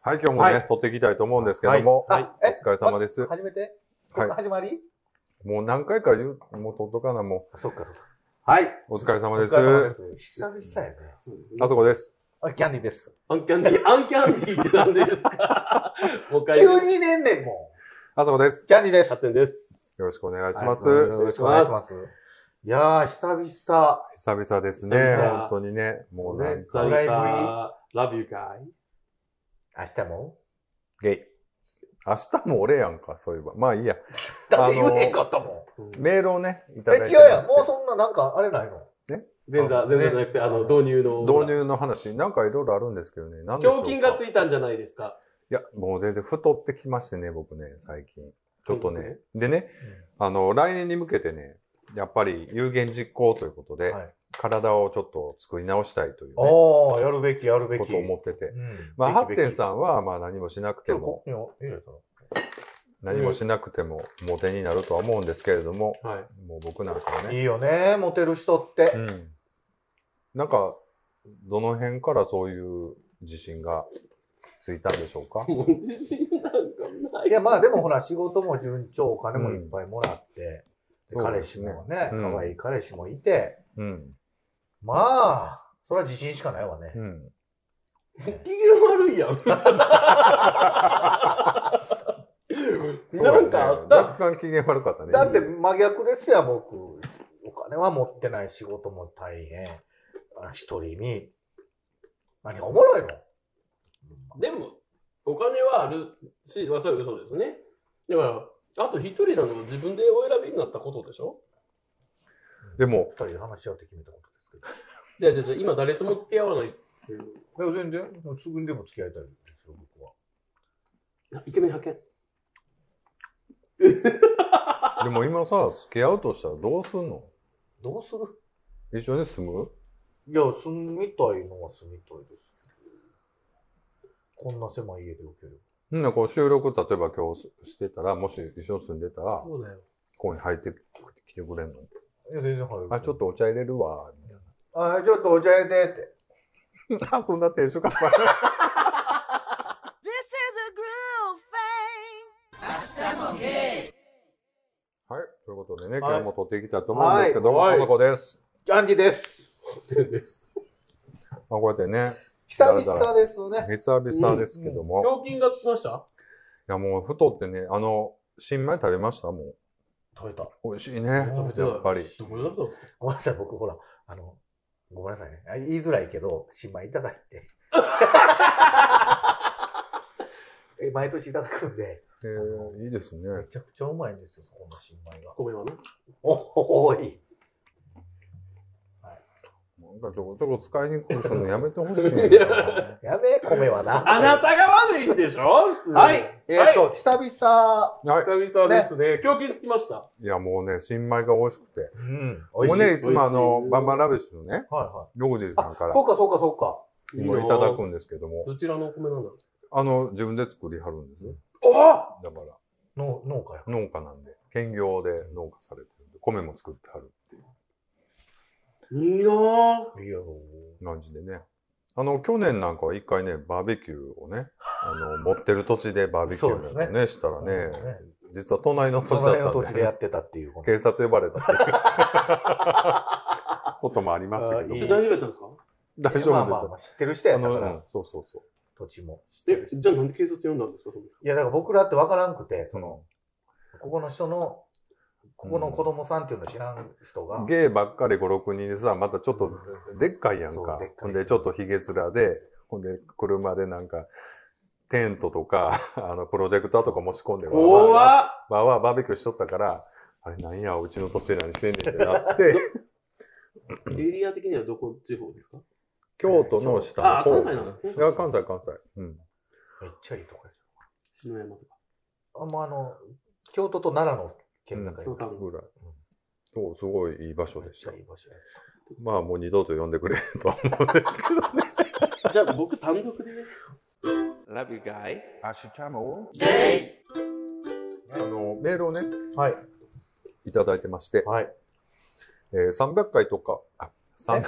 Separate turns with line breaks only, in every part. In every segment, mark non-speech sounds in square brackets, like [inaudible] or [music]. はい、今日もね、
はい
撮っていきたいと思うんですけども、
はい
お疲れ様です。
初めて
はい
始まり
もう何回か言う、もう撮っとかな、も
そっかそっか。はい。
う。お疲れ様です。
す。久々やね。
そうです
あ
ね
そこです。
あ、キャンディーです。
アンキャンディー、アンキャンディーって何ですかもう一回。
急にねんねんも
あそこです
う。。キャンディーで
発
す。
展です。
よろしくお願いします。
はいよろしくお願いします。いやー、久々。
久々ですね。
久々
本当にね。もうなん
久
か、
ね
々、Love you guy.
明日も
ゲイ。明日も俺やんか、そういえば。まあいいや。
だって言うてんかったも
うん
メールをね、いた
ん。え、
だいてま
違
して。
うやん。もうそんななんかあれないの
前座、前座じゃなくて、あの、導入の。
導入の話、なんかいろいろあるんですけどね。何でしょう
胸筋がつ
い
いたんじゃないですか。
や、もう全然太ってきましてね、僕ね、最近。ちょっと
という
ね。でね、あの、来年に向けてね、やっぱり有言実行ということで、
はい
体をちょっと作り直したいという、ね、こ
おー、やるべき、やるべき。
とを思ってて。
うん
まあ、ハ
べ
ッ
きべ
テ
き
ンさんは、まあ何もしなく
ち
て
ょっとこ
も、
こに入れたら
何もしなくても、モテになるとは思うんですけれども、
はい。
もう僕なんかはいね、
いよね、モテる人って
う。ん。なんか、どの辺からそういう自信がついたんでしょうか
もう自信なんかない。
いや、まあでもほら、仕事も順調、お金もいっぱいもらって、で
そう
彼
で
氏
すね
もね、
うん
可愛い彼氏もいて、
うん。
まあ、それは自信しかないわね
う。ん。
機嫌悪いやん。 [laughs] なんかあっ
そうだね
た。
若干機嫌悪かったね。
だって真逆ですよ、僕。お金は持ってない、仕事も大変、あ独り身。何がおもろいの
でも、お金はあるし、まあ、それは嘘ですね。だから、あと一人なのも自分でお選びになったことでしょ
でも
二、人で話し合うって決めたことですけど。
じゃあ、じゃあ、じゃあ今誰とも付き合わないってい
い
う。
や、全然、もうすぐにでも付き合いたいですよ、僕は。
あイケメン派遣。
でも今さ、付き合うとしたらどうすんの
どうする
一緒に住む
いや、住みたいのは住みたいですけど。こんな狭い家で受ける。
みんなこう収録、例えば今日してたら、もし一緒に住んでたら、こ
そうだよ。
こに入ってきてくれんの
いや、全然入る。
あ、ちょっ。とお茶入れるわ、
[laughs]
みたい
あ、ちょっとお茶入れてって。
な。あ、そんな定食か。
[laughs]
This is a groove thing.
はい。ということでね、
はい
今日も撮っていきたいと思うんですけども、
はい
あそこです。
キャンディです。
です。
まあ、こうやってね、
久々ですね。
久々ですけども、い
胸筋がつきました
やもう太ってね、あの、新米食べましたもう。
食べた。
美味しいね。
食べ
てない
やっぱり。
どこで食べたんですか
[laughs] ごめんなさい、僕ほら、あの、ごめんなさいね。あ言いづらいけど、新米いただいて。え毎年いただくんで、
えー、いいですね。
めちゃくちゃうまいんですよ、そこの新米が。
米はね。
おおい。
なんかちょこちょこ使いにくくするのやめてほしいね
いや
やべえ、米はな。
あなたが悪いんでしょ
はい。えっ、と、久々。
は
[laughs]
い。
久々ですね。胸筋つきました。
いや、もうね、新米が美味しくて。
うん。
もうね、いつもあ
美味
の
し、い
バンバンラビッシュのね、
はいはい。
ログジーさんか
あ、
ら
そうかそうかそうか。
今いただく
いいなん
ですけども、
どちらのお米なんだろう
あの、自分で作りはるんですよ。
お
だから、
農農家や。
農家なんで、兼業で農家されてるんで、米も作ってはるっていう
いいなぁ。
いいやろ。
感じでね。あの、去年なんかは一回ね、バーベキューをね、あの、持ってる土地でバーベキュー
そう
なん
で
か
す
ね、したらね、実は隣の土地だ
隣
っ
の土
た
地
ん
で
で、
やってたっていうこ
警察呼ばれたっていう [laughs] こともありましたけど
あい
それ大
い
も、
丈夫だったんですか
大丈夫です
と。まあまあま
よ。
あ、知ってる人や
あ
った
の、
か
うん
ら、
そうそうそ
土地も知って
え
る、人。
じゃあなんで警察呼んだんですかその
いや、だから僕らってわからんくて、
う。
その、ここの人の、ここの子供さんっていうの知らん人が、
ゲイばっかり5、6人でさ、またちょっとでっかいやん
そう
か
でっかい。
ほんで、ちょっとヒゲ面で、ほんで、車でなんか、テントとか、 [laughs] あの、プロジェクターとか持ち込んで、わ
怖っ
ーわーわーバーベキューしとったから、あれなんや、うちの土地で何してんねんってなって、
エリア的にはどこ地方ですか
[laughs] 京都の下の
あ
方
関西なんです
い
ね
や、関西、関西。うん。
めっちゃいいとこや。
篠山とか。
あんまあの、京都と奈良の県境
うん
が、
ぐらい。そう、すごいいい場所
めっ
でし
ちゃ
た
い。い場所や。
まあ、もう二度と呼んでくれんとは思うんですけどね。
じゃあ僕単独でね。Love you guys.
[laughs] あの、メールをね、
はい。
いただいてまして、
はい。
えー300回とか、あ、300、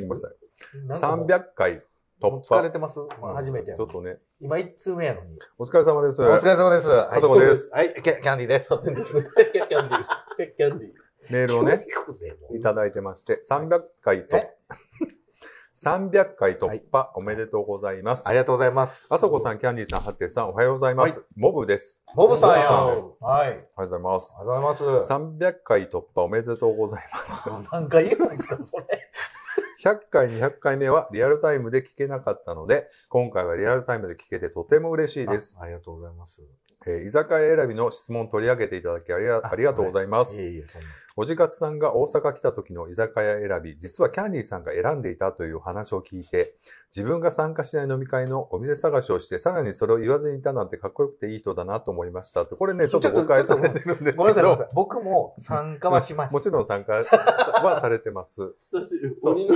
ごめんなさい。
なんかもう
300回
もう
突
疲
破。
れてます、まあ、初めてや
ちょ
の
っ
に
とね、
今一通目やのに。
お疲れ様です。
お疲れ様です。はい
あそこです。
はい、キャキャンディーです。
キャ
[laughs]
ッキャンディー。キャッキャンディー。
メールをね、
急に来るねもう
いただいてまして、300回と、300回突破おめでとうございます
あ。りがとうございます。
あそこさん、キャンディーさん、ハッテさん、おはようございます。モブです。
モブさんやん。
モ
はい。
おは
あり
ようございます。
がとうございます。
300回突破おめでとうございます。
何回言うんですか、それ。
100回、200回目はリアルタイムで聞けなかったので、今回はリアルタイムで聞けてとても嬉しいです。
あ。ありがとうございます。
えー居酒屋選びの質問を取り上げていただきありが
あ
ありがとうございます。
いえいえ、そんな。
おじかつさんが大阪来た時の居酒屋選び、実はキャンディーさんが選んでいたという話を聞いて、自分が参加しない飲み会のお店探しをして、さらにそれを言わずにいたなんてかっこよくていい人だなと思いましたって。これね、ちょっと誤解されてるんです
ごめ
け
んなさい、ごめ
ど
んなさ、い。僕も参加はしました。
もちろん参加はされてます。
親しい。
そう
鬼の。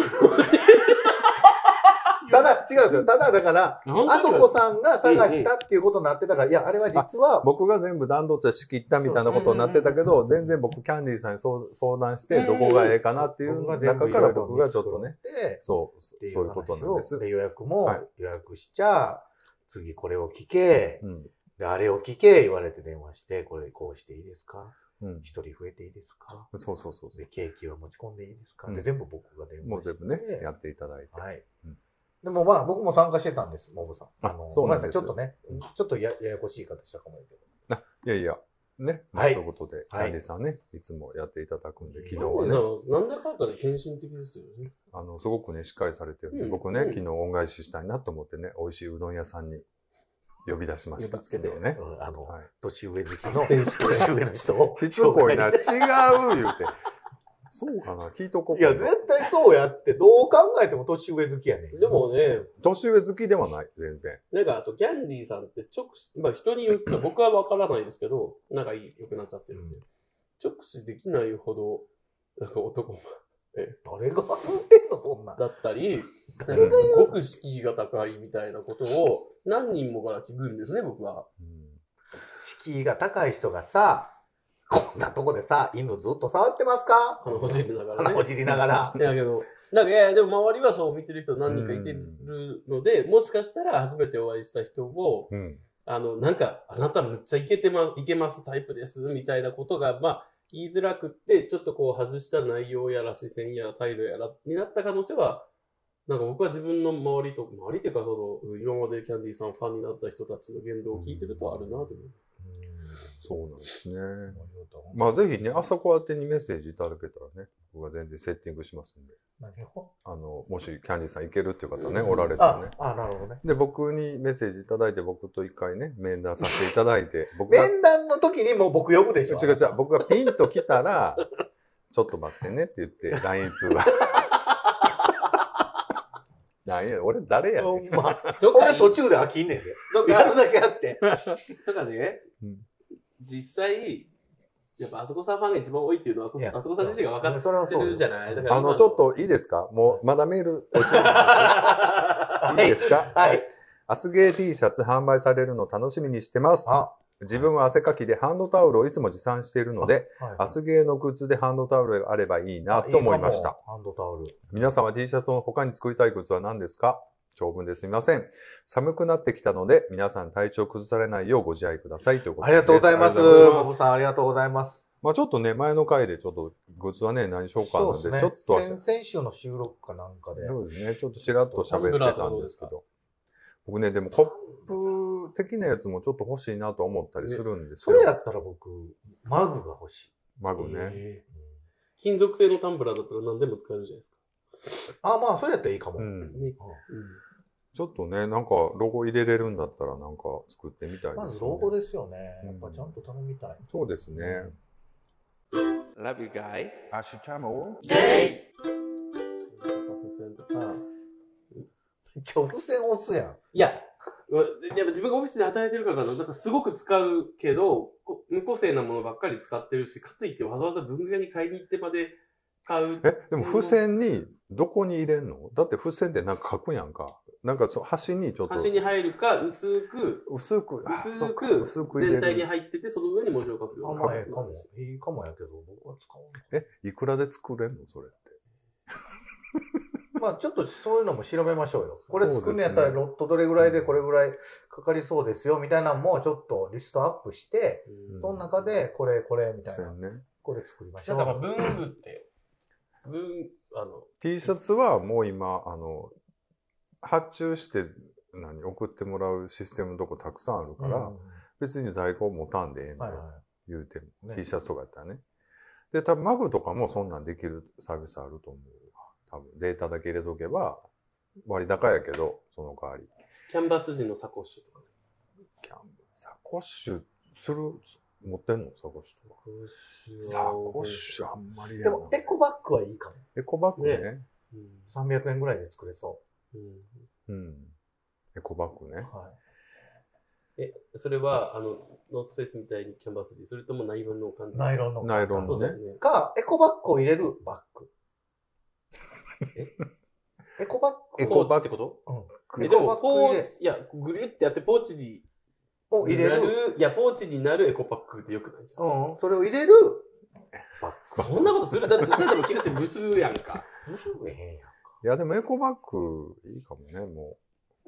ただ、違うんですよ。ただ、だから、あそこさんが探したっていうことになってたから、いや、あれは実は、
僕が全部段取っちゃ仕切ったみたいなことになってたけど、全然僕キャンディーさんに相相談して、どこがええかなっていう中から僕がちょっとね、
で、
そう、
ってい
そう
う
いう
話
こと
を
なんです。
で予約も
はい
予約しちゃ、次これを聞け、
うん。
で、あれを聞け、言われて電話して、これこうしていいですか
うん。
一人増えていいですか
そうそうそう。
で、ケーキは持ち込んでいいですか、
うん
で、全部僕が電
もう
話して。
全部ね、やっていただいて。
はい。
うん
でもまあ、僕も参加してたんです、モブさん。
あ
の
そうなんです
ごめなさいちょ
うん
っとね、ちょっとやややこしい形したかもいいけど。
いやいや、ね。
はい
ということで、キ
はい
ャンディーさんね、いつもやっていただくんで、昨日
なん
はね、
でなんだかんだで献身的ですよね。
あの、すごくね、しっかりされてるんで、
うん
僕
う
ね
ん、
昨日恩返ししたいなと思ってね、美味しいうどん屋さんに呼び出しました。
呼びつけて
ね。
うんあの
はい
年上好きの、
選手
年上の人を。
しつこいな、
紹
違
介
う言うて。そうかな、聞いとこう
いや、
かな
絶対そうやって、どう考えても年上好きやねん。
でもね、
年上好きではない、全然。
なんか、あと、ギャンディーさんって直視、まあ人によっては僕はわからないですけど、仲いい良くなっちゃってるんで、直視できないほど、なんか男
誰が言ってんの、そんなん。
だったり、
が
なんかすごく敷居が高いみたいなことを何人もから聞くんですね、僕は。
敷居が高い人がさ、こんなとこでさ、犬ずっと触ってますか
あの、ほじりながら
鼻
ね
ほ。じりながら
い。やけど、なんか、いやいやでも周りはそう見てる人何人かいてるので、もしかしたら初めてお会いした人を、
うん。うん。
あの、なんか、あなたむっちゃいけてま、いけますタイプです、みたいなことが、まあ、言いづらくって、ちょっとこう外した内容やら視線や態度やら、になった可能性は、なんか僕は自分の周りと、周りっていうかその、今までキャンディーさんファンになった人たちの言動を聞いてるとあるなと思う。
そうなんですね。まあぜひね、朝子宛てにメッセージいただけたらね、僕が全然セッティングしますんで。
何を
あの、もしキャンディーさん行けるっていう方ね、
うん
おられたら
あ
ね。、
あ、なるほどね。
で、僕にメッセージいただいて、僕と一回ね、面談させていただい
[laughs]
て、僕が、違う
面談の時にもう僕呼ぶでしょ。
違う、僕がピンと来たら、ちょっと待ってねって言って、LINE 通
[laughs]
話。なんや、俺誰や
ほ
ねん
んま。
どっか
俺
い
途中で飽きんねんで。
どっ
や
か
るだけやって。
だからね、
うん
実際、やっぱあそこさんファンが一番多いっていうのは、
いや
あそこさん自身が分かっ
それは
て
そう
る
よ
じゃないだから
あ
今
の、ちょっといいですかもう、まだメール落ちてない
は
いいですか
はい。
アスゲー T シャツ販売されるの楽しみにしてます。
あ、
自分は汗かきでハンドタオルをいつも持参しているので、ア
は
スゲーのグッズでハンドタオルがあればいいなと思いました。。
ハンドタオル。
皆様 T シャツの他に作りたいグッズは何ですか長文ですみません。寒くなってきたので、皆さん体調崩されないようご自愛くださいということ
あ
で
りがとうございます。
ありがとうござい
ボ
ます
ブさん、ありがとうございます。
まあちょっとね、前の回でちょっとグッズはね、何しようかなんで、ちょっとは
先先週の収録かなんかで。
そうですね。ちょっとちらっと喋ってたんですけど。僕ね、でもコップ的なやつもちょっと欲しいなと思ったりするんです
そ
よ。
れやったら僕、マグが欲しい。
マグね。
えー金属製のタンブラーだったら何でも使えるじゃないですか。
あ、まあ、それやったらいいかも。
う
うん
ん。
ね
ちょっとね、なんかロゴ入れれるんだったらなんか作ってみたいです、ね。
まず、老後ですよね。
うん
やっぱちゃんと頼みたい。
そうですね。
Love you guys.
アシュチャモ
めっちゃ伏線押すやん。
いや、うやっぱ自分がオフィスで働いてるからかな、なんかすごく使うけど、こ無個性なものばっかり使ってるし、かといってわざわざ文具屋に買いに行ってまで買 [laughs] う。
え、でも付箋にどこに入れんのだって付箋ってなんか書くやんか。なんかそ端にちょっと。
端に入るか、薄く、
薄く、あそ
薄
っか
く、
薄く入れ
全体に
る。
入ってて、その上に文字を書くよ
あ
うんな
まあええかも。いいかもやけど、僕は使わな
え、
い。
いくらで作れんのそれって。
まあちょっとそういうのも調べましょうよ。これ作るんやった
そ
ら
うです
ロットどれぐらいでこれぐらいかかりそうですよみたいなのもちょっとリストアップして、
うん
その中でこれこれみたい
そうや
な、
ね。
これ作りまし
な
ょ
んかまあ
う。
文具って、文、あの、
T シャツはもう今、あの、発注して、何、送ってもらうシステムのとこたくさんあるから、
うん
別に在庫持たんでええの
はい
よ、
は
言うても。
ね
T シャツとかやったらね。で、多分マグとかもそんなんできるサービスあると思うわ。多分データだけ入れとけば、割高やけど、その代わり。
キャンバス地のサコッシュとか。
キャンサコッシュする、持ってんのサコッシュとか。サコッシュあんまり
い。
や
で
な
もエコバッグはいいかも。
エコバッグね。
ュ。
300円ぐらいで作れそ
う
う
ん
ん。エコバッグ
う。
ね。
は
え、それは、あの、ノースペースみたいにキャンバス地、それともナイロンの感
い。
じ
ナイロンの。
ナイロン
そ
の
うだ
ね
よ。ね。
か、エコバッグを入れるバッグ。エコバッグ
エ
を
コ
ポ
バッグ
ーチってこと
エ
え、で
コ
も、
バッグ
ポ
入れ
ーチ、いや、ぐるってやってポーチに
を入れ
な
る。
る、いや、ポーチになるエコパックってよくないじゃん。
うん。それを入れるバッグ。
そんなことするだって、例えば着るって結ぶやんか。
結べへんやん。
いや、でもエコバッグいいかもね、も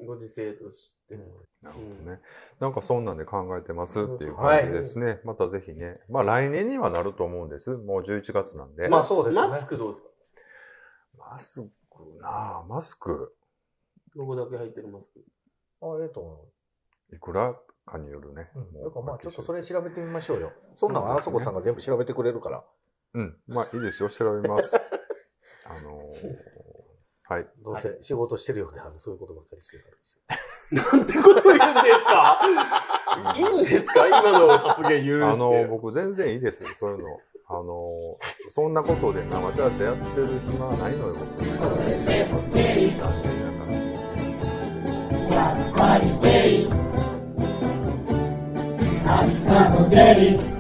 ご時世としても。
う。なるほどね。なんかそんなんで考えてますっていう
はい
感じですね。またぜひね。まあ来年にはなると思うんです。もう11月なんで。
まあそうですね
マスクどうですか
マスクなあマスク。
ロゴだけ入ってるマスク。
あ、ええと思
いくらかによるね。
う。うん。だからまあちょっとそ
れ。
れ調べてみましょうよ。そんなんあそこさんが全部調べてくれるから。
うん。まあいいですよ。調べます。あのーはい。
どうせ仕事してるようで、あの、そういうことばっかりしてるからですよ。
なんてこと言うんですか [laughs] いいんですか今の発言許して。
あの、僕全然いいです。そういうの。あの、そんなことで生チャーチャやってる暇はないのよ。
Hasta Spaghetti.